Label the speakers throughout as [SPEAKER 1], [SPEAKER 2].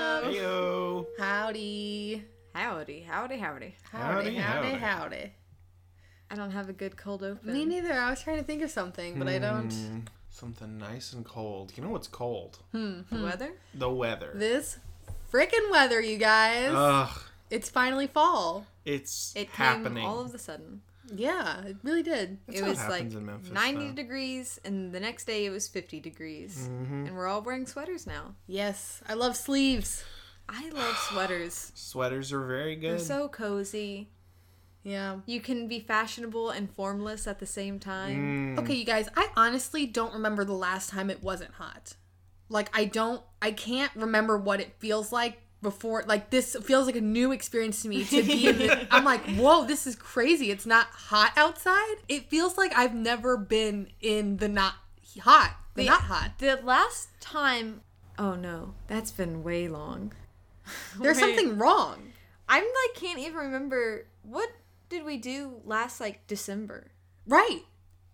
[SPEAKER 1] Heyo.
[SPEAKER 2] Howdy.
[SPEAKER 3] Howdy, howdy, howdy.
[SPEAKER 2] Howdy,
[SPEAKER 1] Howdy,
[SPEAKER 2] howdy, howdy.
[SPEAKER 1] howdy.
[SPEAKER 3] I don't have a good cold open.
[SPEAKER 2] Me neither. I was trying to think of something, but I don't.
[SPEAKER 1] Mm, something nice and cold. You know what's cold?
[SPEAKER 3] The weather?
[SPEAKER 1] The weather.
[SPEAKER 2] This frickin' weather, you guys.
[SPEAKER 1] Ugh.
[SPEAKER 2] it's finally fall.
[SPEAKER 1] It's
[SPEAKER 3] It
[SPEAKER 1] happening.
[SPEAKER 3] came all of a sudden.
[SPEAKER 2] Yeah, it really did.
[SPEAKER 1] That's
[SPEAKER 3] it
[SPEAKER 1] what
[SPEAKER 3] was like
[SPEAKER 1] happens in Memphis,
[SPEAKER 3] 90
[SPEAKER 1] though.
[SPEAKER 3] degrees, and the next day it was 50 degrees.
[SPEAKER 1] Mm-hmm.
[SPEAKER 3] And we're all wearing sweaters now.
[SPEAKER 2] Yes, I love sleeves.
[SPEAKER 3] I love sweaters.
[SPEAKER 1] Sweaters are very
[SPEAKER 3] They're
[SPEAKER 1] good.
[SPEAKER 3] so cozy.
[SPEAKER 2] Yeah.
[SPEAKER 3] You can be fashionable and formless at the same time.
[SPEAKER 1] Mm.
[SPEAKER 2] Okay, you guys, I honestly don't remember the last time it wasn't hot. Like, I don't, I can't remember what it feels like before. Like, this feels like a new experience to me to be in this. I'm like, whoa, this is crazy. It's not hot outside. It feels like I've never been in the not hot, the
[SPEAKER 3] The-
[SPEAKER 2] not hot.
[SPEAKER 3] The last time. Oh no, that's been way long.
[SPEAKER 2] There's
[SPEAKER 3] Right.
[SPEAKER 2] something wrong.
[SPEAKER 3] I'm like, can't even remember. What did we do last, like, December?
[SPEAKER 2] Right.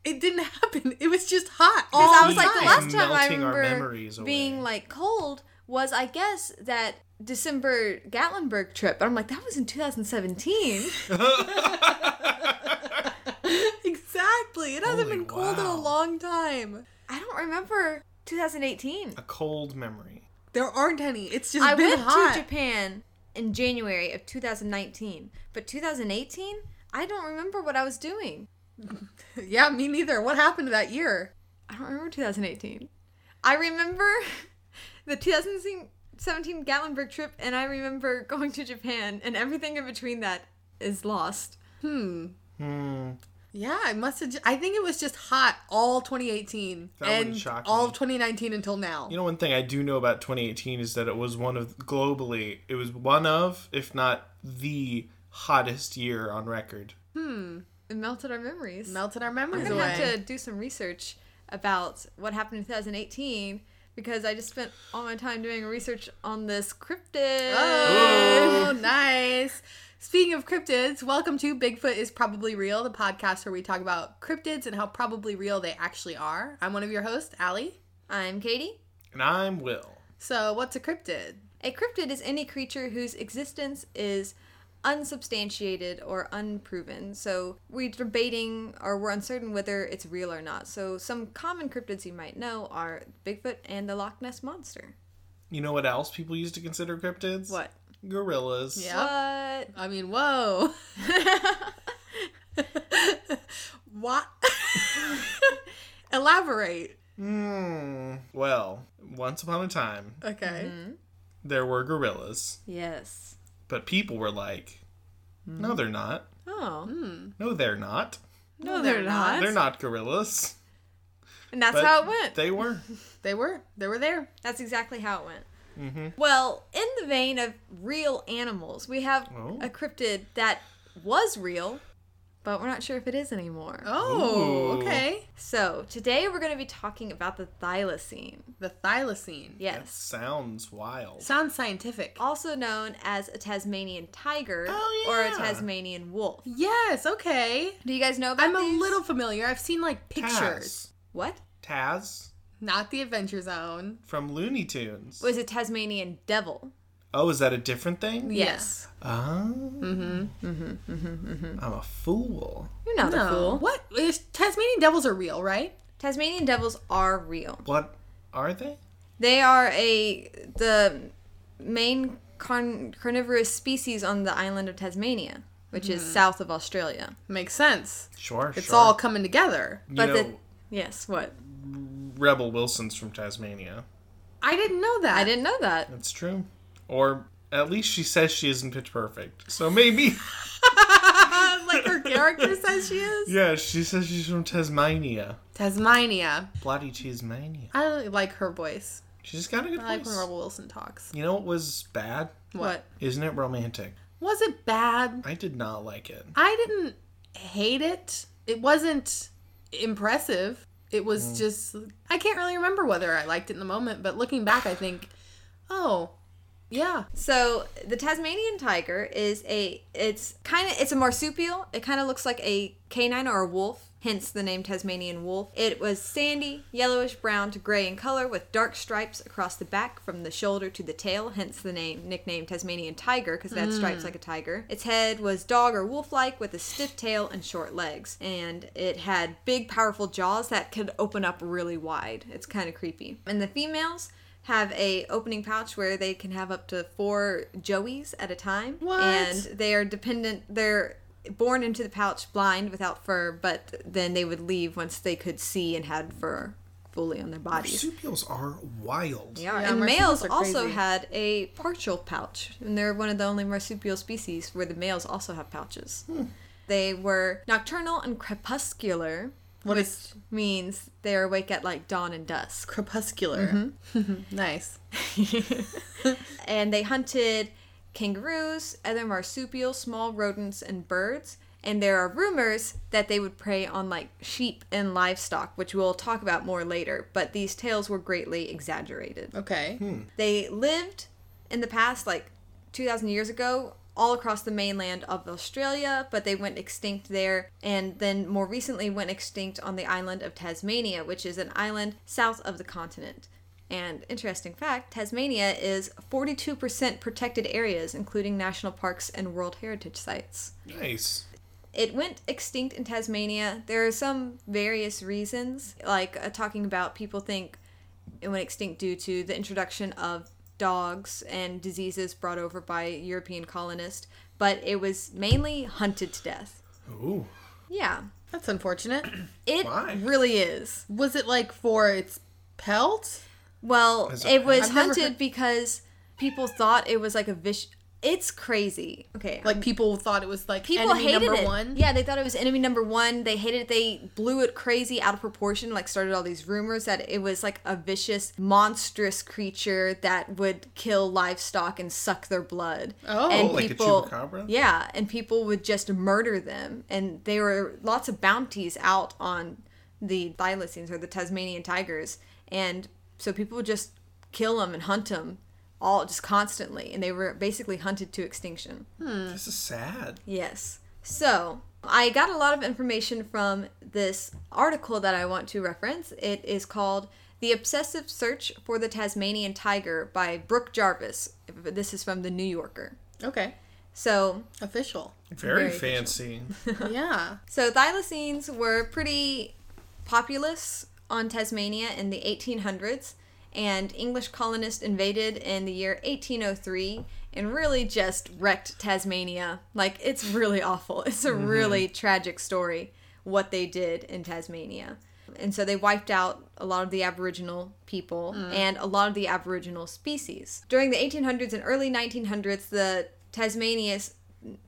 [SPEAKER 2] It didn't happen. It was just hot.
[SPEAKER 3] Because
[SPEAKER 2] all
[SPEAKER 3] I was like, the
[SPEAKER 2] time.
[SPEAKER 3] last time I
[SPEAKER 1] Melting our
[SPEAKER 3] remember
[SPEAKER 1] memories away.
[SPEAKER 3] being like cold was, I guess, that December Gatlinburg trip. But I'm like, that was in 2017.
[SPEAKER 2] exactly. It hasn't
[SPEAKER 1] Holy
[SPEAKER 2] been cold in a
[SPEAKER 1] wow.
[SPEAKER 2] long time.
[SPEAKER 3] I don't remember 2018.
[SPEAKER 1] a cold memory.
[SPEAKER 2] There aren't any. It's just
[SPEAKER 3] I
[SPEAKER 2] been
[SPEAKER 3] went
[SPEAKER 2] hot.
[SPEAKER 3] to Japan in January of 2019, but 2018, I don't remember what I was doing.
[SPEAKER 2] Yeah, me neither. What happened that year?
[SPEAKER 3] I don't remember 2018. I remember the 2017 Gatlinburg trip, and I remember going to Japan, and everything in between that is lost.
[SPEAKER 2] Hmm.
[SPEAKER 1] Hmm.
[SPEAKER 2] Yeah, I must have. ju- I think it was just hot all 2018
[SPEAKER 1] That wouldn't
[SPEAKER 2] and
[SPEAKER 1] shock
[SPEAKER 2] all
[SPEAKER 1] me.
[SPEAKER 2] of 2019 until now.
[SPEAKER 1] You know, one thing I do know about 2018 is that it was one of globally, it was one of, if not the hottest year on record.
[SPEAKER 3] It melted our memories.
[SPEAKER 2] Melted our
[SPEAKER 3] I'm
[SPEAKER 2] memories
[SPEAKER 3] gonna
[SPEAKER 2] away.
[SPEAKER 3] have to do some research about what happened in 2018 because I just spent all my time doing research on this cryptid.
[SPEAKER 2] Oh, nice. Speaking of cryptids, welcome to Bigfoot is Probably Real, the podcast where we talk about cryptids and how probably real they actually are. I'm one of your hosts, Allie.
[SPEAKER 3] I'm Katie.
[SPEAKER 1] And I'm Will.
[SPEAKER 2] So, what's a cryptid?
[SPEAKER 3] A cryptid is any creature whose existence is unsubstantiated or unproven. So we're debating or we're uncertain whether it's real or not. So some common cryptids you might know are Bigfoot and the Loch Ness Monster.
[SPEAKER 1] You know what else people used to consider cryptids?
[SPEAKER 3] What?
[SPEAKER 1] Gorillas.
[SPEAKER 2] Yeah. I mean, whoa.
[SPEAKER 3] What?
[SPEAKER 2] what? Elaborate.
[SPEAKER 1] Hmm. Well, once upon a time,
[SPEAKER 2] Okay.
[SPEAKER 3] Mm-hmm.
[SPEAKER 1] there were gorillas,
[SPEAKER 3] yes.
[SPEAKER 1] but people were like, no, they're not.
[SPEAKER 3] Oh.
[SPEAKER 1] No, they're not.
[SPEAKER 3] No, they're, not.
[SPEAKER 1] They're not gorillas.
[SPEAKER 3] And that's
[SPEAKER 1] But
[SPEAKER 3] how it went.
[SPEAKER 1] They were.
[SPEAKER 2] They were. They were there.
[SPEAKER 3] That's exactly how it went.
[SPEAKER 2] Mm-hmm.
[SPEAKER 3] Well, in the vein of real animals, we have
[SPEAKER 1] Oh.
[SPEAKER 3] a cryptid that was real, but we're not sure if it is anymore.
[SPEAKER 2] Oh,
[SPEAKER 1] Ooh.
[SPEAKER 2] okay.
[SPEAKER 3] So today we're going to be talking about the thylacine.
[SPEAKER 2] The thylacine.
[SPEAKER 1] That
[SPEAKER 3] Yes.
[SPEAKER 1] sounds wild.
[SPEAKER 2] Sounds scientific.
[SPEAKER 3] Also known as a Tasmanian tiger
[SPEAKER 1] Oh,
[SPEAKER 3] or a
[SPEAKER 1] yeah.
[SPEAKER 3] Tasmanian wolf.
[SPEAKER 2] Yes, okay.
[SPEAKER 3] Do you guys know about
[SPEAKER 2] I'm a
[SPEAKER 3] these?
[SPEAKER 2] little familiar. I've seen like pictures.
[SPEAKER 1] Taz.
[SPEAKER 3] What?
[SPEAKER 1] Taz
[SPEAKER 2] Not the Adventure Zone.
[SPEAKER 1] from Looney Tunes.
[SPEAKER 3] Was a Tasmanian devil.
[SPEAKER 1] Oh, is that a different thing?
[SPEAKER 2] Yes.
[SPEAKER 1] Oh. Mm-hmm. Mm-hmm. Mm-hmm. I'm a fool.
[SPEAKER 3] You're not a
[SPEAKER 2] No.
[SPEAKER 3] fool.
[SPEAKER 2] What? Is- Tasmanian devils are real, right?
[SPEAKER 3] Tasmanian devils are real.
[SPEAKER 1] What are they?
[SPEAKER 3] They are a the main carn- carnivorous species on the island of Tasmania, which is south of Australia.
[SPEAKER 2] Makes sense.
[SPEAKER 1] Sure,
[SPEAKER 2] It's
[SPEAKER 1] sure.
[SPEAKER 2] all coming together.
[SPEAKER 1] you
[SPEAKER 3] But
[SPEAKER 1] know,
[SPEAKER 3] the yes, what?
[SPEAKER 1] Rebel Wilson's from Tasmania.
[SPEAKER 2] I didn't know that.
[SPEAKER 3] I didn't know that.
[SPEAKER 1] That's true. Or at least she says she isn't pitch perfect. So maybe.
[SPEAKER 2] Uh, like her character says she is.
[SPEAKER 1] yeah, she says she's from Tasmania.
[SPEAKER 2] Tasmania.
[SPEAKER 1] Bloody Tasmania.
[SPEAKER 2] I really like her voice.
[SPEAKER 1] She's just got a good
[SPEAKER 2] I like
[SPEAKER 1] voice.
[SPEAKER 2] when Rebel Wilson talks.
[SPEAKER 1] You know what was bad?
[SPEAKER 2] What?
[SPEAKER 1] Isn't it romantic?
[SPEAKER 2] Was it bad?
[SPEAKER 1] I did not like it.
[SPEAKER 2] I didn't hate it. It wasn't impressive. It was just I can't really remember whether I liked it in the moment, but looking back I think, oh, Yeah.
[SPEAKER 3] So the Tasmanian tiger is a it's kind of it's a marsupial. It kind of looks like a canine or a wolf, hence the name Tasmanian wolf. It was sandy, yellowish brown to gray in color with dark stripes across the back from the shoulder to the tail, hence the name nickname Tasmanian tiger because it had stripes like a tiger. Its head was dog or wolf-like with a stiff tail and short legs, and it had big powerful jaws that could open up really wide. It's kind of creepy. And the females have a opening pouch where they can have up to four joeys at a time
[SPEAKER 2] What?
[SPEAKER 3] and they are dependent they're born into the pouch blind without fur but then they would leave once they could see and had fur fully on their bodies
[SPEAKER 1] Marsupials are wild.
[SPEAKER 3] They are.
[SPEAKER 2] Yeah,
[SPEAKER 3] and
[SPEAKER 2] marsupials
[SPEAKER 3] males
[SPEAKER 2] are
[SPEAKER 3] also
[SPEAKER 2] crazy.
[SPEAKER 3] had a partial pouch and they're one of the only marsupial species where the males also have pouches
[SPEAKER 2] Hmm.
[SPEAKER 3] they were nocturnal and crepuscular
[SPEAKER 2] What
[SPEAKER 3] which
[SPEAKER 2] is-
[SPEAKER 3] means they're awake at like dawn and dusk
[SPEAKER 2] Crepuscular. nice.
[SPEAKER 3] and they hunted kangaroos, other marsupials, small rodents, and birds. And there are rumors that they would prey on like sheep and livestock, which we'll talk about more later. But these tales were greatly exaggerated.
[SPEAKER 2] Okay.
[SPEAKER 3] They lived in the past, like 2,000 years ago, all across the mainland of Australia, but they went extinct there and then more recently went extinct on the island of Tasmania, which is an island south of the continent. And interesting fact Tasmania is 42% protected areas, including national parks and World Heritage Sites.
[SPEAKER 1] Nice.
[SPEAKER 3] It went extinct in Tasmania. There are some various reasons, like uh, talking about people think it went extinct due to the introduction of dogs and diseases brought over by European colonists, but it was mainly hunted to death.
[SPEAKER 1] Ooh.
[SPEAKER 3] Yeah,
[SPEAKER 2] That's unfortunate.
[SPEAKER 3] it
[SPEAKER 1] Why?
[SPEAKER 3] really is.
[SPEAKER 2] Was it like for its pelt?
[SPEAKER 3] Well,
[SPEAKER 1] As a-
[SPEAKER 3] it was
[SPEAKER 2] I've never
[SPEAKER 3] hunted
[SPEAKER 2] heard-
[SPEAKER 3] because people thought it was like a vicious. It's crazy. Okay,
[SPEAKER 2] Like people thought it was like
[SPEAKER 3] people
[SPEAKER 2] enemy
[SPEAKER 3] hated
[SPEAKER 2] number
[SPEAKER 3] it.
[SPEAKER 2] one.
[SPEAKER 3] Yeah, they thought it was enemy number one. They hated it. They blew it crazy out of proportion. Like started all these rumors that it was like a vicious, monstrous creature that would kill livestock and suck their blood.
[SPEAKER 2] Oh.
[SPEAKER 1] Oh, like a chupacabra?
[SPEAKER 3] Yeah, and people would just murder them. And there were lots of bounties out on the thylacines or the Tasmanian tigers, and so people would just kill them and hunt them all just constantly, and they were basically hunted to extinction.
[SPEAKER 2] Mm.
[SPEAKER 1] This is sad.
[SPEAKER 3] Yes. So I got a lot of information from this article that I want to reference. It is called The Obsessive Search for the Tasmanian Tiger by Brooke Jarvis. This is from The New Yorker.
[SPEAKER 2] Okay.
[SPEAKER 3] So,
[SPEAKER 2] Official.
[SPEAKER 1] Very,
[SPEAKER 3] Very
[SPEAKER 1] fancy.
[SPEAKER 2] yeah.
[SPEAKER 3] so thylacines were pretty populous on Tasmania in the 1800s, and English colonists invaded in the year 1803 and really just wrecked Tasmania. Like, it's really awful. It's a really tragic story what they did in Tasmania. And so they wiped out a lot of the Aboriginal people and a lot of the Aboriginal species. During the 1800s and early 1900s, the Tasmania's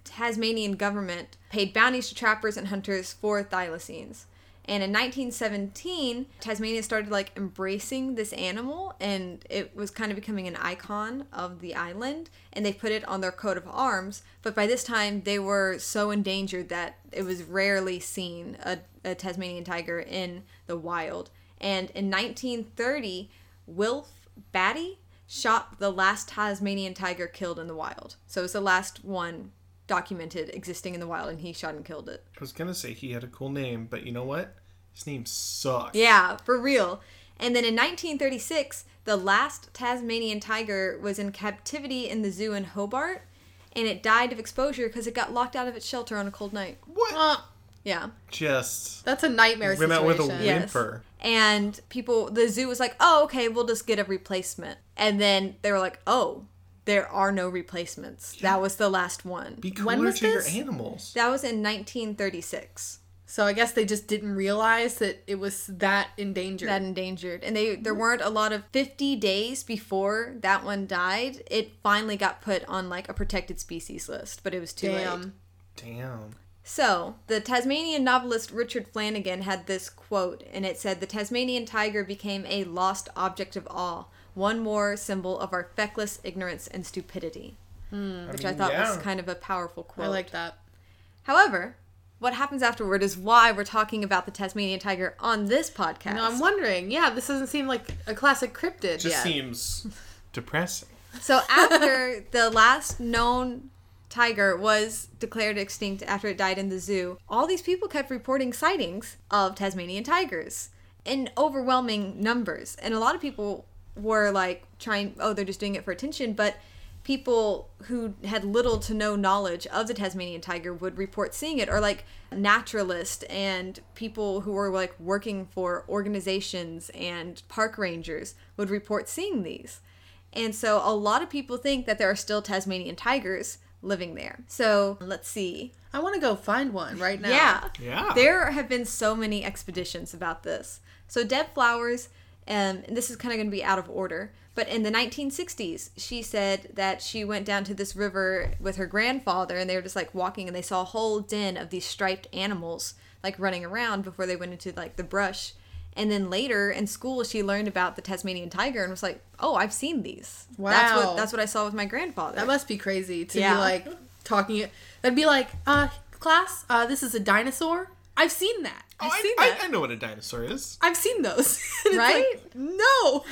[SPEAKER 3] Tasmanian government paid bounties to trappers and hunters for thylacines. And in 1917, Tasmania started like embracing this animal and it was kind of becoming an icon of the island and they put it on their coat of arms, but by this time they were so endangered that it was rarely seen a, a Tasmanian tiger in the wild. And in 1930, Wilf Batty shot the last Tasmanian tiger killed in the wild. So it's the last one documented existing in the wild, and he shot and killed it.
[SPEAKER 1] I was gonna say he had a cool name, but you know what? His name sucks.
[SPEAKER 3] Yeah, for real. And then in 1936, the last Tasmanian tiger was in captivity in the zoo in Hobart, and it died of exposure because it got locked out of its shelter on a cold night.
[SPEAKER 1] What?
[SPEAKER 2] Uh,
[SPEAKER 3] Yeah.
[SPEAKER 1] Just
[SPEAKER 2] that's a nightmare
[SPEAKER 1] went out
[SPEAKER 2] situation.
[SPEAKER 1] with a
[SPEAKER 3] Yeah.
[SPEAKER 1] whimper.
[SPEAKER 3] And people, the zoo was like, oh, okay, we'll just get a replacement. And then they were like, oh, there are no replacements. That was the last one.
[SPEAKER 1] Be cooler
[SPEAKER 2] When was
[SPEAKER 1] to
[SPEAKER 2] this?
[SPEAKER 1] your animals.
[SPEAKER 3] That was in 1936.
[SPEAKER 2] So I guess they just didn't realize that it was that endangered.
[SPEAKER 3] That endangered, and they there weren't a lot of 50 days before that one died. It finally got put on like a protected species list, but it was too late.
[SPEAKER 2] Damn.
[SPEAKER 1] Damn.
[SPEAKER 2] Mm,
[SPEAKER 3] So, the Tasmanian novelist Richard Flanagan had this quote, and it said, The Tasmanian tiger became a lost object of awe, one more symbol of our feckless ignorance and stupidity. Which I,
[SPEAKER 1] mean,
[SPEAKER 3] thought was
[SPEAKER 1] yeah.
[SPEAKER 3] kind of a powerful quote.
[SPEAKER 2] I like that.
[SPEAKER 3] However, what happens afterward is why we're talking about the Tasmanian tiger on this podcast.
[SPEAKER 2] No, I'm wondering. Yeah, this doesn't seem like a classic cryptid
[SPEAKER 1] Just
[SPEAKER 2] yet.
[SPEAKER 1] seems depressing.
[SPEAKER 3] So after the last known tiger was declared extinct after it died in the zoo, all these people kept reporting sightings of Tasmanian tigers in overwhelming numbers. And a lot of people were like trying, oh, they're just doing it for attention, but people who had little to no knowledge of the Tasmanian tiger would report seeing it, or like naturalists and people who were like working for organizations and park rangers would report seeing these. And so a lot of people think that there are still Tasmanian tigers living there. So let's see.
[SPEAKER 2] I want to go find one right now.
[SPEAKER 3] Yeah.
[SPEAKER 1] Yeah.
[SPEAKER 3] There have been so many expeditions about this. So Deb Flowers, um, and this is kind of going to be out of order, but in the 1960s, she said that she went down to this river with her grandfather and they were just like walking and they saw a whole den of these striped animals like running around before they went into like the brush. And then later in school, she learned about the Tasmanian tiger and was like, "Oh, I've seen these. That's
[SPEAKER 2] Wow.
[SPEAKER 3] what that's what I saw with my grandfather."
[SPEAKER 2] That must be crazy to be
[SPEAKER 3] Yeah.
[SPEAKER 2] like talking. That'd be like, uh, class, uh, this is a dinosaur. I've seen that.
[SPEAKER 1] Oh,
[SPEAKER 2] I've
[SPEAKER 1] I,
[SPEAKER 2] seen
[SPEAKER 1] I-
[SPEAKER 2] that.
[SPEAKER 1] I know what a dinosaur is.
[SPEAKER 2] I, have seen those. And it's
[SPEAKER 3] Right?
[SPEAKER 2] like, no.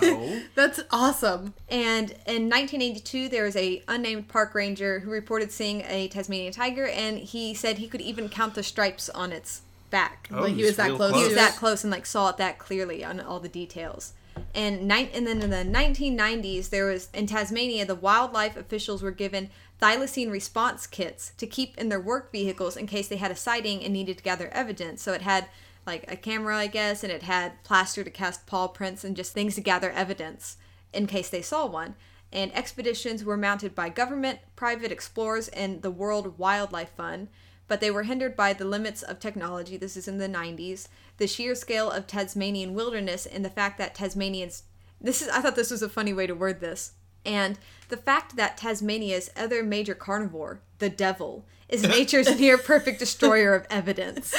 [SPEAKER 1] No.
[SPEAKER 2] That's awesome.
[SPEAKER 3] And in 1982, there was a unnamed park ranger who reported seeing a Tasmanian tiger, and he said he could even count the stripes on its back.
[SPEAKER 1] Oh,
[SPEAKER 2] Like, he
[SPEAKER 1] he's
[SPEAKER 2] was that
[SPEAKER 1] real
[SPEAKER 2] close
[SPEAKER 3] He was
[SPEAKER 2] to
[SPEAKER 3] that close and like saw it that clearly on all the details. And nine, and then in the 1990s, there was in Tasmania, the wildlife officials were given thylacine response kits to keep in their work vehicles in case they had a sighting and needed to gather evidence. So it had like a camera, I guess, and it had plaster to cast paw prints and just things to gather evidence in case they saw one. And expeditions were mounted by government, private explorers, and the World Wildlife Fund, but they were hindered by the limits of technology. This is in the 90s. The sheer scale of Tasmanian wilderness and the fact that Tasmanians. This is. I thought this was a funny way to word this. And the fact that Tasmania's other major carnivore, the devil, is nature's near perfect destroyer of evidence.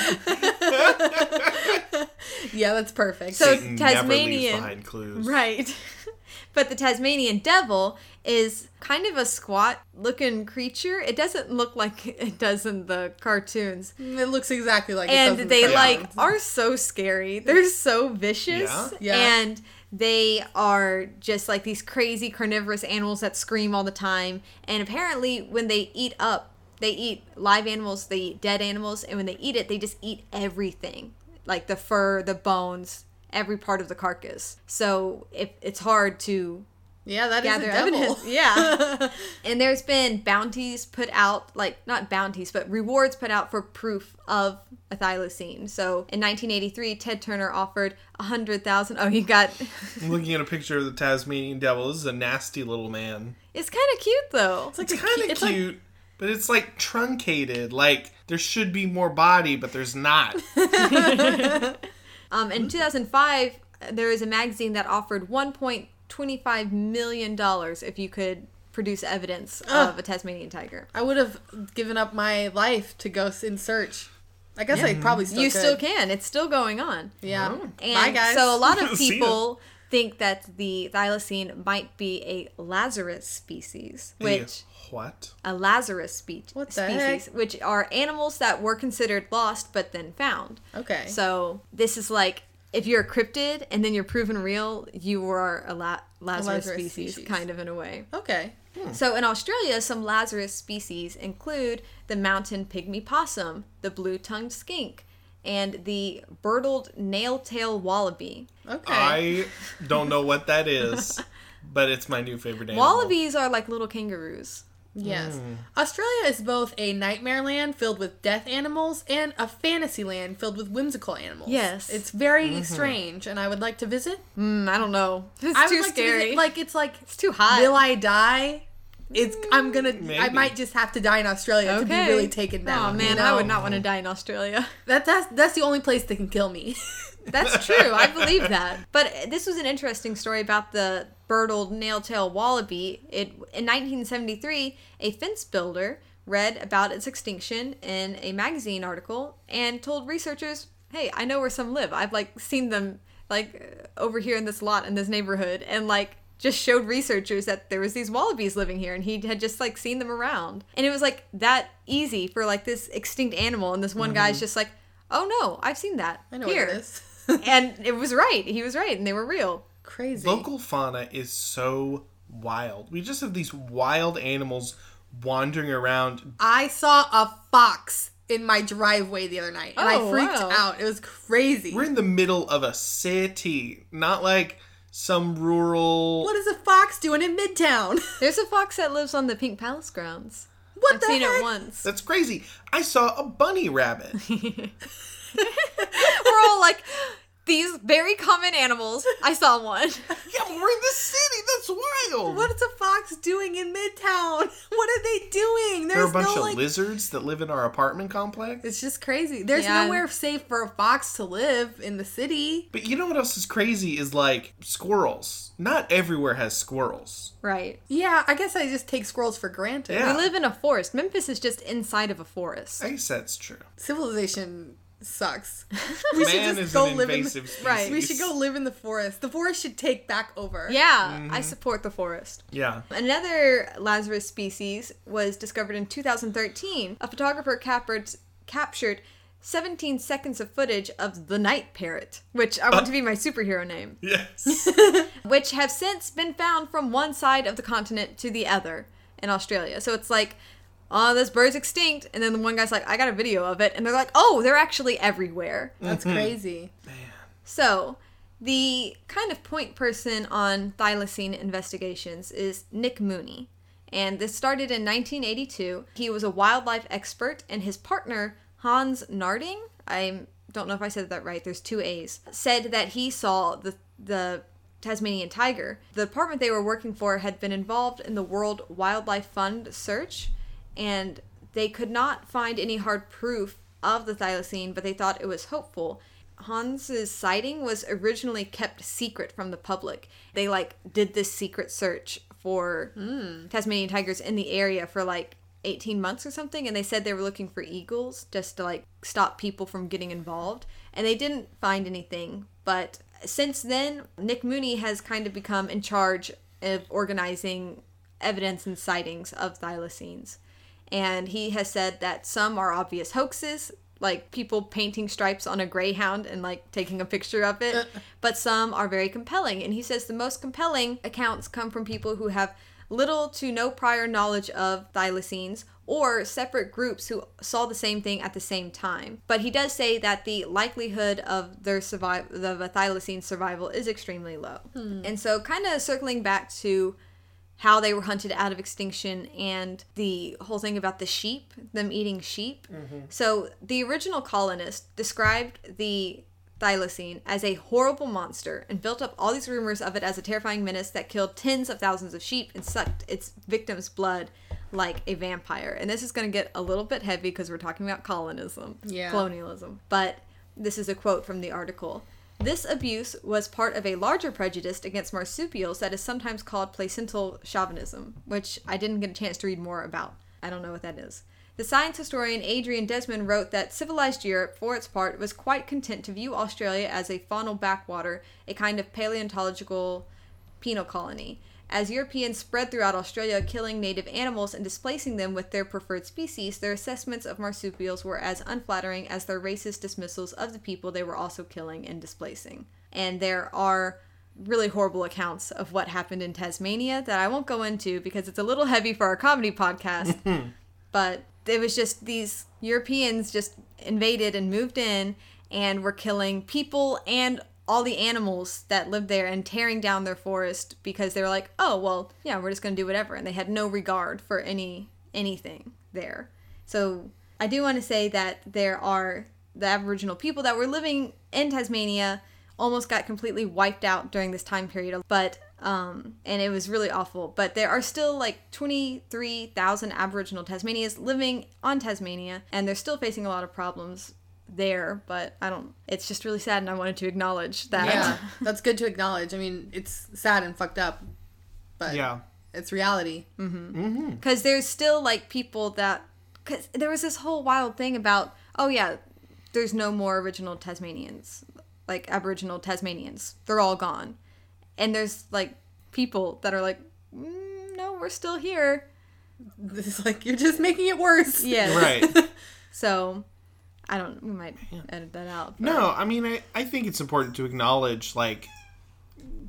[SPEAKER 2] Yeah, that's perfect.
[SPEAKER 3] So
[SPEAKER 1] Satan never leaves
[SPEAKER 3] Tasmanian.
[SPEAKER 1] behind clues.
[SPEAKER 3] Right. but the Tasmanian devil is kind of a squat looking creature. It doesn't look like it does in the cartoons.
[SPEAKER 2] it looks exactly like. it
[SPEAKER 3] And
[SPEAKER 2] does in
[SPEAKER 3] they
[SPEAKER 2] the
[SPEAKER 3] like
[SPEAKER 2] cartoons.
[SPEAKER 3] are so scary. They're so vicious.
[SPEAKER 1] Yeah.
[SPEAKER 2] Yeah.
[SPEAKER 3] And they are just like these crazy carnivorous animals that scream all the time. And apparently when they eat up, they eat live animals, they eat dead animals, and when they eat it, they just eat everything. Like the fur, the bones, every part of the carcass. So if it's hard to
[SPEAKER 2] yeah, that is a
[SPEAKER 3] gather
[SPEAKER 2] devil.
[SPEAKER 3] evidence. Yeah. and there's been bounties put out, like not bounties, but rewards put out for proof of a thylacine. So in 1983, Ted Turner offered a hundred thousand. Oh, you got.
[SPEAKER 1] I'm looking at a picture of the Tasmanian devil. This is a nasty little man.
[SPEAKER 3] It's kind of cute though.
[SPEAKER 1] It's kind of
[SPEAKER 2] it's like-
[SPEAKER 1] cute, but it's like truncated. Like there should be more body, but there's not.
[SPEAKER 3] Um, in 2005, there was a magazine that offered 1.25 million dollars if you could produce evidence of a Tasmanian tiger.
[SPEAKER 2] I would have given up my life to go s- in search. I guess I probably still
[SPEAKER 3] you
[SPEAKER 2] could.
[SPEAKER 3] still can. It's still going on.
[SPEAKER 2] Yeah.
[SPEAKER 3] And
[SPEAKER 2] Bye guys.
[SPEAKER 3] so a lot of
[SPEAKER 1] See ya.
[SPEAKER 3] people think that the thylacine might be a Lazarus species, which
[SPEAKER 1] what?
[SPEAKER 3] a Lazarus spe-
[SPEAKER 2] What the
[SPEAKER 3] species, which are animals that were considered lost but then found.
[SPEAKER 2] Okay.
[SPEAKER 3] So this is like if you're a cryptid and then you're proven real, you are a la- Lazarus,
[SPEAKER 2] Lazarus
[SPEAKER 3] species,
[SPEAKER 2] species. Hmm.
[SPEAKER 3] kind of in a way.
[SPEAKER 2] okay.
[SPEAKER 3] So in Australia, some Lazarus species include the mountain pygmy possum, the blue-tongued skink, and the birdled nail-tail wallaby.
[SPEAKER 2] Okay.
[SPEAKER 1] I don't know what that is, but it's my new favorite animal.
[SPEAKER 3] Wallabies are like little kangaroos.
[SPEAKER 2] Yes.
[SPEAKER 1] hmm.
[SPEAKER 2] Australia is both a nightmare land filled with death animals and a fantasy land filled with whimsical animals.
[SPEAKER 3] Yes.
[SPEAKER 2] It's very
[SPEAKER 1] Mm-hmm.
[SPEAKER 2] strange and I would like to visit.
[SPEAKER 3] Mm, I don't know. It's
[SPEAKER 2] I would
[SPEAKER 3] too
[SPEAKER 2] like to
[SPEAKER 3] scary.
[SPEAKER 2] visit- like it's like
[SPEAKER 3] it's too hot.
[SPEAKER 2] will I die? It's I'm gonna I
[SPEAKER 1] Maybe.
[SPEAKER 2] might just have to die in Australia to be
[SPEAKER 3] Okay.
[SPEAKER 2] really taken down.
[SPEAKER 3] oh
[SPEAKER 2] you
[SPEAKER 3] man,
[SPEAKER 2] know?
[SPEAKER 3] I would not want to die in Australia.
[SPEAKER 2] That, that's that's the only place that can kill me.
[SPEAKER 3] That's true. I believe that. But this was an interesting story about the birdled nail-tail wallaby. It in 1973, a fence builder read about its extinction in a magazine article and told researchers, "Hey, I know where some live. I've like seen them like over here in this lot in this neighborhood." And like just showed researchers that there was these wallabies living here and he had just like seen them around. And it was like that easy for like this extinct animal and this one guy's just like, "Oh no, I've seen that."
[SPEAKER 2] Mm-hmm. I know
[SPEAKER 3] here
[SPEAKER 2] what it is.
[SPEAKER 3] and it was right. He was right, and they were real.
[SPEAKER 2] Crazy.
[SPEAKER 1] Local fauna is so wild. We just have these wild animals wandering around.
[SPEAKER 2] I saw a fox in my driveway the other night and I
[SPEAKER 3] Oh,
[SPEAKER 2] freaked
[SPEAKER 3] wow.
[SPEAKER 2] out. It was crazy.
[SPEAKER 1] We're in the middle of a city, not like some rural.
[SPEAKER 2] what is a fox doing in Midtown?
[SPEAKER 3] There's a fox that lives on the Pink Palace grounds.
[SPEAKER 2] what
[SPEAKER 3] I've
[SPEAKER 2] the
[SPEAKER 3] seen
[SPEAKER 2] heck?
[SPEAKER 3] it once.
[SPEAKER 1] That's crazy. I saw a bunny rabbit.
[SPEAKER 3] We're all like, these very common animals. I saw one.
[SPEAKER 1] yeah, but we're in the city. That's wild.
[SPEAKER 2] What is a fox doing in Midtown? What are they doing?
[SPEAKER 1] There are a
[SPEAKER 2] There's
[SPEAKER 1] bunch
[SPEAKER 2] no
[SPEAKER 1] of
[SPEAKER 2] like.
[SPEAKER 1] lizards that live in our apartment complex.
[SPEAKER 2] It's just crazy. There's
[SPEAKER 3] Yeah.
[SPEAKER 2] nowhere safe for a fox to live in the city.
[SPEAKER 1] But you know what else is crazy is like squirrels. Not everywhere has squirrels.
[SPEAKER 3] Right.
[SPEAKER 2] Yeah, I guess I just take squirrels for granted.
[SPEAKER 1] Yeah.
[SPEAKER 3] We live in a forest. Memphis is just inside of a forest.
[SPEAKER 1] I guess that's true.
[SPEAKER 2] Civilization sucks.
[SPEAKER 1] Man
[SPEAKER 2] should just
[SPEAKER 1] is
[SPEAKER 2] go
[SPEAKER 1] an
[SPEAKER 2] live in-
[SPEAKER 1] invasive species.
[SPEAKER 3] Right.
[SPEAKER 2] we should go live in the forest. The forest should take back over.
[SPEAKER 3] Yeah,
[SPEAKER 2] Mm-hmm.
[SPEAKER 3] I support the forest.
[SPEAKER 1] Yeah.
[SPEAKER 3] Another Lazarus species was discovered in 2013. A photographer captured, captured 17 seconds of footage of the night parrot, which I
[SPEAKER 2] Uh.
[SPEAKER 3] want to be my superhero name,
[SPEAKER 1] Yes.
[SPEAKER 3] which have since been found from one side of the continent to the other in Australia. So it's like, oh, this bird's extinct. And then the one guy's like, I got a video of it. And they're like, oh, they're actually everywhere.
[SPEAKER 2] That's crazy.
[SPEAKER 3] So, the kind of point person on thylacine investigations is Nick Mooney. And this started in 1982. He was a wildlife expert, and his partner, Hans Narding, I don't know if I said that right, there's two A's, said that he saw the, the Tasmanian tiger. The department they were working for had been involved in the World Wildlife Fund search, and they could not find any hard proof of the thylacine, but they thought it was hopeful. Hans's sighting was originally kept secret from the public. They like did this secret search for Tasmanian tigers in the area for like 18 months or something and they said they were looking for eagles just to like stop people from getting involved and they didn't find anything, but since then Nick Mooney has kind of become in charge of organizing evidence and sightings of thylacines. And he has said that some are obvious hoaxes, like people painting stripes on a greyhound and like taking a picture of it, but some are very compelling. And he says the most compelling accounts come from people who have little to no prior knowledge of thylacines or separate groups who saw the same thing at the same time. But he does say that the likelihood of their survival of a thylacine survival is extremely low. And so kind of circling back to how they were hunted out of extinction and the whole thing about the sheep, them eating sheep. So the original colonist described the thylacine as a horrible monster and built up all these rumors of it as a terrifying menace that killed tens of thousands of sheep and sucked its victims' blood like a vampire. And this is going to get a little bit heavy because we're talking about colonism,
[SPEAKER 2] Yeah.
[SPEAKER 3] colonialism. But this is a quote from the article. This abuse was part of a larger prejudice against marsupials that is sometimes called placental chauvinism, which I didn't get a chance to read more about. I don't know what that is. The science historian Adrian Desmond wrote that civilized Europe, for its part, was quite content to view Australia as a faunal backwater, a kind of paleontological penal colony. As Europeans spread throughout Australia, killing native animals and displacing them with their preferred species, their assessments of marsupials were as unflattering as their racist dismissals of the people they were also killing and displacing. And there are really horrible accounts of what happened in Tasmania that I won't go into because it's a little heavy for our comedy podcast but it was just these Europeans just invaded and moved in and were killing people and all the animals that lived there and tearing down their forest because they were like, "Oh, well, yeah, we're just going to do whatever." And they had no regard for any anything there. So, I do want to say that there are the Aboriginal people that were living in Tasmania almost got completely wiped out during this time period but um and it was really awful but there are still like 23,000 aboriginal tasmanians living on tasmania and they're still facing a lot of problems there but i don't it's just really sad and i wanted to acknowledge that
[SPEAKER 2] Yeah, that's good to acknowledge. I mean, it's sad and fucked up, but
[SPEAKER 1] Yeah.
[SPEAKER 2] it's reality.
[SPEAKER 3] because there's still like people that because there was this whole wild thing about oh yeah there's no more original tasmanians like aboriginal tasmanians they're all gone and there's like people that are like mm, no we're still here
[SPEAKER 2] This is like you're just making it worse.
[SPEAKER 3] yes
[SPEAKER 1] Right.
[SPEAKER 3] so i don't we might edit that out but-
[SPEAKER 1] No, I mean I, I think it's important to acknowledge like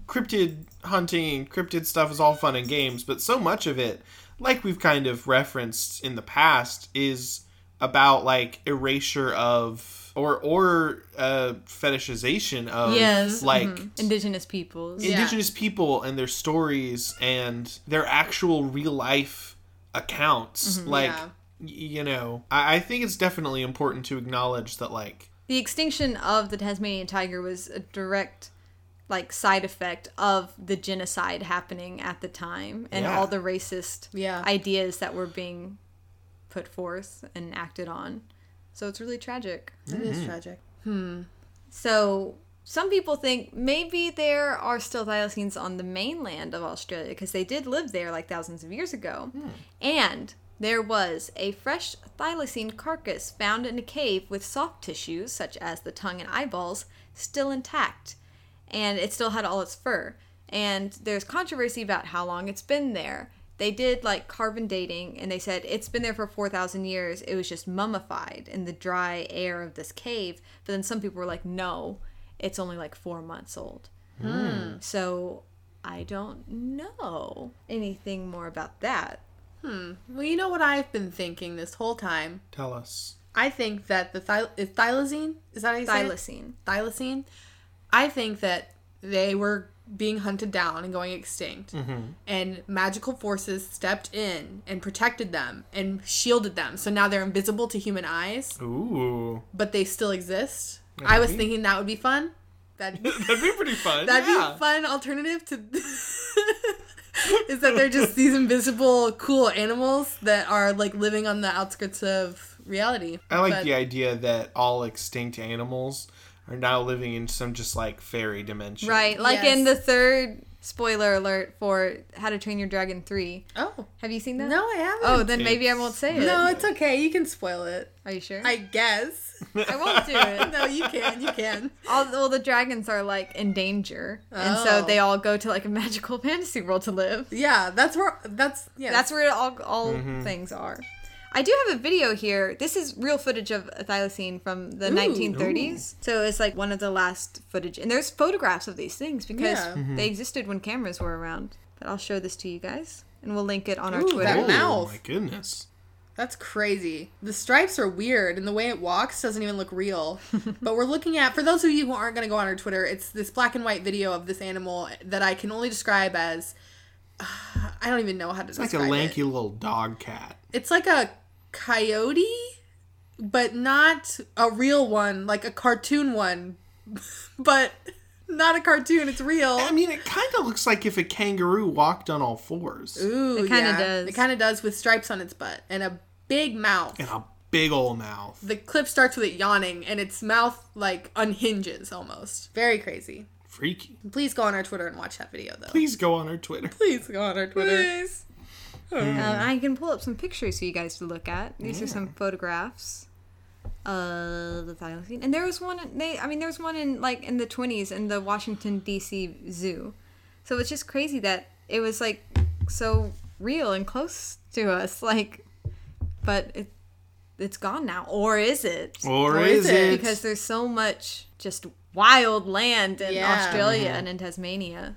[SPEAKER 1] cryptid hunting, cryptid stuff is all fun and games, but so much of it, like we've kind of referenced in the past, is about like erasure of or or uh, fetishization of
[SPEAKER 4] Yes,
[SPEAKER 1] like
[SPEAKER 4] Indigenous peoples.
[SPEAKER 2] mm-hmm. Yeah.
[SPEAKER 1] indigenous people and their stories and their actual real life accounts like
[SPEAKER 2] Mm-hmm, Yeah.
[SPEAKER 1] y- you know I, I think it's definitely important to acknowledge that like
[SPEAKER 3] the extinction of the Tasmanian tiger was a direct like side effect of the genocide happening at the time and
[SPEAKER 1] Yeah.
[SPEAKER 3] all the racist
[SPEAKER 2] Yeah.
[SPEAKER 3] ideas that were being put forth and acted on. So it's really tragic.
[SPEAKER 2] It is tragic.
[SPEAKER 3] So some people think maybe there are still thylacines on the mainland of Australia because they did live there like thousands of years ago. And there was a fresh thylacine carcass found in a cave with soft tissues, such as the tongue and eyeballs, still intact. And it still had all its fur. And there's controversy about how long it's been there. They did like carbon dating and they said it's been there for 4,000 years. It was just mummified in the dry air of this cave. But then some people were like, no, it's only like four months old. So I don't know anything more about that.
[SPEAKER 2] Well, you know what I've been thinking this whole time.
[SPEAKER 1] tell us
[SPEAKER 2] I think that the thyl- is thylacine is that how you say it?
[SPEAKER 3] Thylacine.
[SPEAKER 2] thylacine. I think that they were being hunted down and going extinct, and magical forces stepped in and protected them and shielded them. So now they're invisible to human eyes,
[SPEAKER 1] ooh
[SPEAKER 2] but they still exist. I was
[SPEAKER 1] Maybe.
[SPEAKER 2] thinking that would be fun. That'd be,
[SPEAKER 1] that'd be pretty fun
[SPEAKER 2] that'd be
[SPEAKER 1] yeah.
[SPEAKER 2] a fun alternative to. is that they're just these invisible, cool animals that are like living on the outskirts of reality.
[SPEAKER 1] i like
[SPEAKER 2] But-
[SPEAKER 1] the idea that all extinct animals are now living in some just like fairy dimension
[SPEAKER 3] Right. Like in
[SPEAKER 2] Yes.
[SPEAKER 3] the third spoiler alert for How to Train Your Dragon 3.
[SPEAKER 2] Oh
[SPEAKER 3] Have you seen that?
[SPEAKER 2] no, I haven't.
[SPEAKER 3] Oh, then maybe I
[SPEAKER 1] It's-
[SPEAKER 3] won't say it.
[SPEAKER 2] No, it's okay. You can spoil it.
[SPEAKER 3] Are you sure?
[SPEAKER 2] I guess.
[SPEAKER 3] I won't do it.
[SPEAKER 2] no, you can. You can.
[SPEAKER 3] All, well, the dragons are like in danger, and so
[SPEAKER 2] Oh.
[SPEAKER 3] they all go to like a magical fantasy world to live.
[SPEAKER 2] Yeah, that's where. That's yeah.
[SPEAKER 3] That's where all all things are. I do have a video here. This is real footage of a thylacine from the 1930s. So it's like one of the last footage. And there's photographs of these things because
[SPEAKER 2] Yeah.
[SPEAKER 3] they existed when cameras were around. But I'll show this to you guys and we'll link it on our
[SPEAKER 2] Ooh,
[SPEAKER 3] Twitter.
[SPEAKER 2] that
[SPEAKER 1] oh
[SPEAKER 2] mouth.
[SPEAKER 1] my goodness
[SPEAKER 2] that's crazy. The stripes are weird, and the way it walks doesn't even look real. but we're looking at for those of you who aren't going to go on our Twitter, it's this black and white video of this animal that I can only describe as. I don't even know how to
[SPEAKER 1] it's
[SPEAKER 2] describe
[SPEAKER 1] like a lanky
[SPEAKER 2] it.
[SPEAKER 1] little dog cat
[SPEAKER 2] It's like a coyote, but not a real one, like a cartoon one, but not a cartoon. It's real.
[SPEAKER 1] i mean it kind of looks like if a kangaroo walked on all fours
[SPEAKER 2] Ooh,
[SPEAKER 3] It kinda does.
[SPEAKER 2] It kind of does with stripes on its butt and a big mouth.
[SPEAKER 1] and a big old mouth
[SPEAKER 2] The clip starts with it yawning and its mouth like unhinges almost. Very crazy.
[SPEAKER 1] freaky
[SPEAKER 2] Please go on our Twitter and watch that video though.
[SPEAKER 1] please go on our twitter
[SPEAKER 2] Please go on our Twitter.
[SPEAKER 3] Um, I can pull up some pictures for you guys to look at. These are some photographs of the thylacine, and there was one. They, I mean, there was one in like in the twenties in the Washington D.C. Zoo. So it's just crazy that it was like so real and close to us. Like, but it it's gone now, or is it?
[SPEAKER 1] Or,
[SPEAKER 2] is
[SPEAKER 1] is,
[SPEAKER 2] it?
[SPEAKER 1] it?
[SPEAKER 3] because there's so much just wild land in
[SPEAKER 2] Yeah.
[SPEAKER 3] Australia and in Tasmania.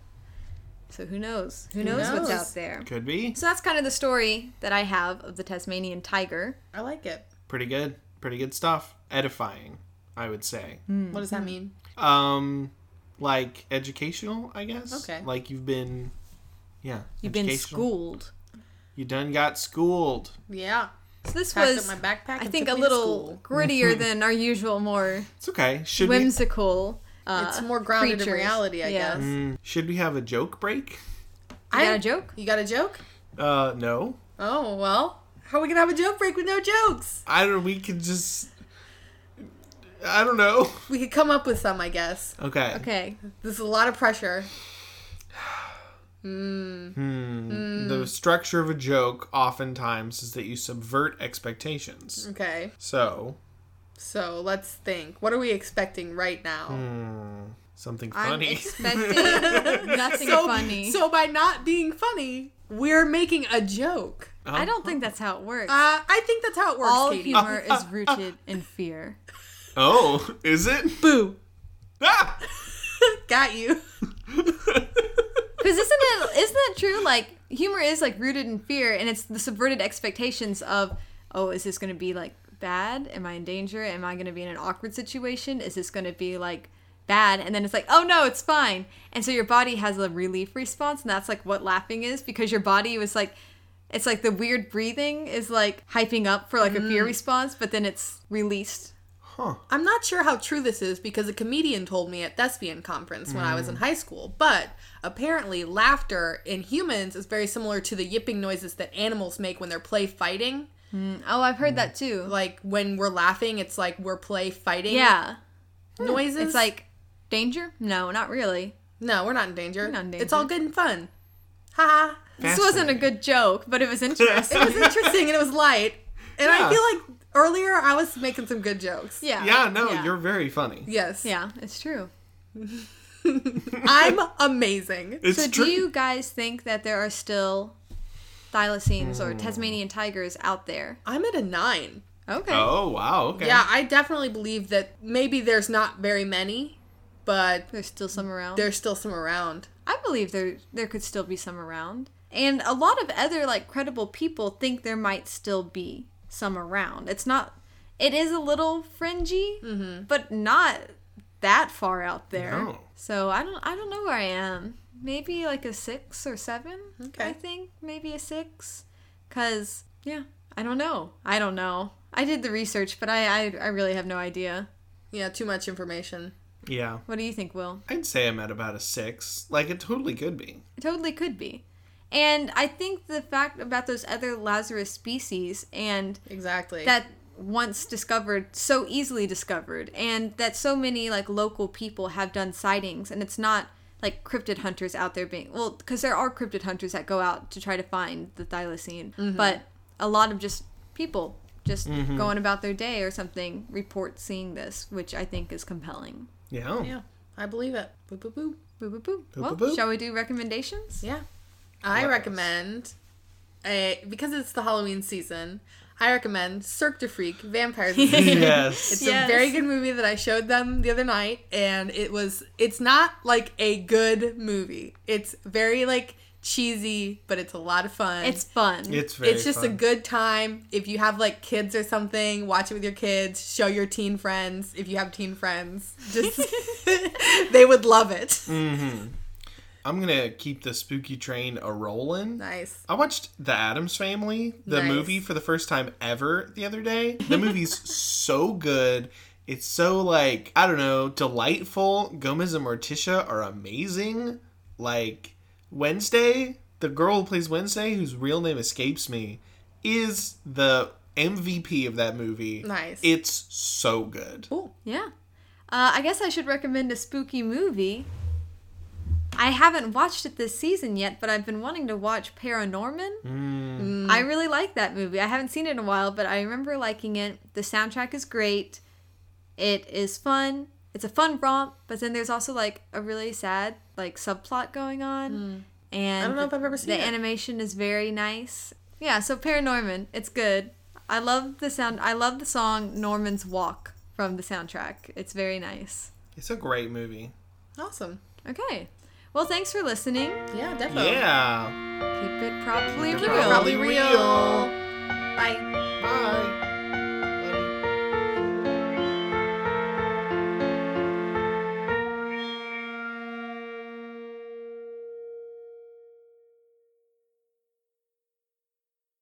[SPEAKER 3] So who knows? Who knows, what's
[SPEAKER 2] knows?
[SPEAKER 3] out there?
[SPEAKER 1] Could be.
[SPEAKER 3] So that's kind of the story that I have of the Tasmanian tiger.
[SPEAKER 2] I like it.
[SPEAKER 1] Pretty good. Pretty good stuff. Edifying, I would say.
[SPEAKER 3] Mm,
[SPEAKER 2] What does that mean?
[SPEAKER 1] Um like educational, I guess.
[SPEAKER 2] Okay.
[SPEAKER 1] Like you've been yeah.
[SPEAKER 3] You've been
[SPEAKER 1] educational.
[SPEAKER 3] schooled.
[SPEAKER 1] You done got schooled.
[SPEAKER 2] Yeah.
[SPEAKER 3] So this
[SPEAKER 2] Packed
[SPEAKER 3] was,
[SPEAKER 2] up my backpack.
[SPEAKER 3] I
[SPEAKER 2] and
[SPEAKER 3] think,
[SPEAKER 2] took
[SPEAKER 3] a
[SPEAKER 2] me to
[SPEAKER 3] little
[SPEAKER 2] school.
[SPEAKER 3] grittier than our usual, more
[SPEAKER 1] It's okay. Should
[SPEAKER 3] whimsical. Uh,
[SPEAKER 2] It's more grounded in
[SPEAKER 3] creatures.
[SPEAKER 2] reality, I
[SPEAKER 3] Yeah.
[SPEAKER 2] guess.
[SPEAKER 1] we mm, should we have a joke break?
[SPEAKER 3] You got
[SPEAKER 2] I-
[SPEAKER 3] a joke?
[SPEAKER 2] You got a joke?
[SPEAKER 1] Uh no.
[SPEAKER 2] Oh well. How are we gonna have a joke break with no jokes?
[SPEAKER 1] I don't we could just I don't know.
[SPEAKER 2] We could come up with some, I guess.
[SPEAKER 1] Okay.
[SPEAKER 3] Okay.
[SPEAKER 2] This is a lot of pressure.
[SPEAKER 1] Mm,
[SPEAKER 3] Mm.
[SPEAKER 1] The structure of a joke oftentimes is that you subvert expectations.
[SPEAKER 2] Okay.
[SPEAKER 1] So,
[SPEAKER 2] So let's think. What are we expecting right now?
[SPEAKER 3] Hmm.
[SPEAKER 1] something
[SPEAKER 3] I'm
[SPEAKER 1] funny.
[SPEAKER 3] expecting nothing funny.
[SPEAKER 2] So by not being funny, we're making a joke.
[SPEAKER 3] I don't think that's how it works.
[SPEAKER 2] Uh, I think that's how it works,
[SPEAKER 3] All
[SPEAKER 2] Katie.
[SPEAKER 3] humor is rooted in fear.
[SPEAKER 1] Oh, is it?
[SPEAKER 2] Boo.
[SPEAKER 1] Ah!
[SPEAKER 2] Got you.
[SPEAKER 3] Because isn't it isn't that true? Like humor is like rooted in fear, and it's the subverted expectations of, oh, is this going to be like bad? Am I in danger? Am I going to be in an awkward situation? Is this going to be like bad? And then it's like, oh no, it's fine. And so your body has a relief response, and that's like what laughing is because your body was like. It's like the weird breathing is like hyping up for like a fear response, but then it's released.
[SPEAKER 2] I'm not sure how true this is because a comedian told me at thespian conference when I was
[SPEAKER 3] Mm.
[SPEAKER 2] in high school, but apparently laughter in humans is very similar to the yipping noises that animals make when they're play fighting.
[SPEAKER 3] Oh, I've heard that too.
[SPEAKER 2] Like when we're laughing, it's like we're play fighting
[SPEAKER 3] yeah. Hmm.
[SPEAKER 2] noises.
[SPEAKER 3] It's like danger? No, not really.
[SPEAKER 2] no, we're not in danger.
[SPEAKER 3] not in
[SPEAKER 2] It's all
[SPEAKER 3] danger.
[SPEAKER 2] good and fun. Ha! ha.
[SPEAKER 3] This wasn't a good joke, but it was
[SPEAKER 2] It
[SPEAKER 3] interesting.
[SPEAKER 2] was interesting and it was light. And
[SPEAKER 1] Yeah.
[SPEAKER 2] I feel like earlier I was making some good jokes.
[SPEAKER 3] yeah.
[SPEAKER 1] Yeah, no,
[SPEAKER 3] Yeah.
[SPEAKER 1] you're very funny.
[SPEAKER 2] Yes.
[SPEAKER 3] Yeah, it's true.
[SPEAKER 2] I'm amazing.
[SPEAKER 1] It's
[SPEAKER 3] so,
[SPEAKER 1] true.
[SPEAKER 3] do you guys think that there are still thylacines or Tasmanian tigers out there?
[SPEAKER 2] I'm at a nine.
[SPEAKER 3] Okay.
[SPEAKER 1] Oh wow. Okay.
[SPEAKER 2] Yeah, I definitely believe that maybe there's not very many, but
[SPEAKER 3] There's still some around.
[SPEAKER 2] there's still some around.
[SPEAKER 3] I believe there there could still be some around. And a lot of other like credible people think there might still be some around. It's not it is a little fringy, but not that far out there.
[SPEAKER 1] No.
[SPEAKER 3] So I don't I don't know where I am. Maybe like a 6 or 7,
[SPEAKER 2] Okay.
[SPEAKER 3] I think. Maybe a 6 cuz yeah, I don't know. I don't know. I did the research, but I, I I really have no idea.
[SPEAKER 2] Yeah, too much information.
[SPEAKER 1] Yeah.
[SPEAKER 3] What do you think, Will?
[SPEAKER 1] I'd say I'm at about a six. Like it totally could be.
[SPEAKER 3] It totally could be. And I think the fact about those other Lazarus species and
[SPEAKER 2] Exactly.
[SPEAKER 3] that once discovered, so easily discovered, and that so many like local people have done sightings, and it's not like cryptid hunters out there being well, because there are cryptid hunters that go out to try to find the thylacine, but a lot of just people just going about their day or something report seeing this, which I think is compelling.
[SPEAKER 1] Yeah.
[SPEAKER 2] yeah, I believe it. Boop, boop, boop.
[SPEAKER 3] Boo boo boo.
[SPEAKER 1] Boo,
[SPEAKER 3] Well,
[SPEAKER 1] boo, boo.
[SPEAKER 3] shall we do recommendations?
[SPEAKER 2] Yeah. I
[SPEAKER 1] What else?
[SPEAKER 2] recommend, a, because it's the Halloween season, I recommend Cirque du Freak Vampires. in the City.
[SPEAKER 1] Yes.
[SPEAKER 2] It's
[SPEAKER 3] Yes.
[SPEAKER 2] a very good movie that I showed them the other night, and it was. It's not like a good movie. It's very like cheesy, but it's a lot of fun.
[SPEAKER 3] It's fun.
[SPEAKER 1] It's very.
[SPEAKER 2] it's just a
[SPEAKER 1] fun.
[SPEAKER 2] good time. If you have like kids or something, watch it with your kids. Show your teen friends. If you have teen friends, just they would love it.
[SPEAKER 1] I'm gonna keep the spooky train a rolling.
[SPEAKER 2] Nice.
[SPEAKER 1] I watched The Adams Family, the
[SPEAKER 2] Nice.
[SPEAKER 1] movie for the first time ever the other day. The movie's so good. It's so like, I don't know, delightful. Gomez and Morticia are amazing. Like Wednesday, the girl who plays Wednesday, whose real name escapes me, is the MVP of that movie.
[SPEAKER 2] Nice.
[SPEAKER 1] It's so good.
[SPEAKER 2] Cool.
[SPEAKER 3] Yeah. Uh, I guess I should recommend a spooky movie. I haven't watched it this season yet, but I've been wanting to watch Paranorman.
[SPEAKER 2] Mm.
[SPEAKER 3] I really like that movie. I haven't seen it in a while, but I remember liking it. The soundtrack is great. It is fun. It's a fun romp, but then there's also like a really sad like subplot going on. And
[SPEAKER 2] I don't know if I've ever seen
[SPEAKER 3] the
[SPEAKER 2] it.
[SPEAKER 3] animation is very nice. Yeah, so Paranorman, it's good. I love the sound. I love the song Norman's Walk from the soundtrack. It's very nice.
[SPEAKER 1] It's a great movie.
[SPEAKER 2] Awesome.
[SPEAKER 3] Okay. Well, thanks for listening.
[SPEAKER 2] Yeah, definitely.
[SPEAKER 1] Yeah.
[SPEAKER 3] Keep it properly
[SPEAKER 2] Keep it
[SPEAKER 3] real.
[SPEAKER 2] probably real.
[SPEAKER 1] real.
[SPEAKER 2] Bye.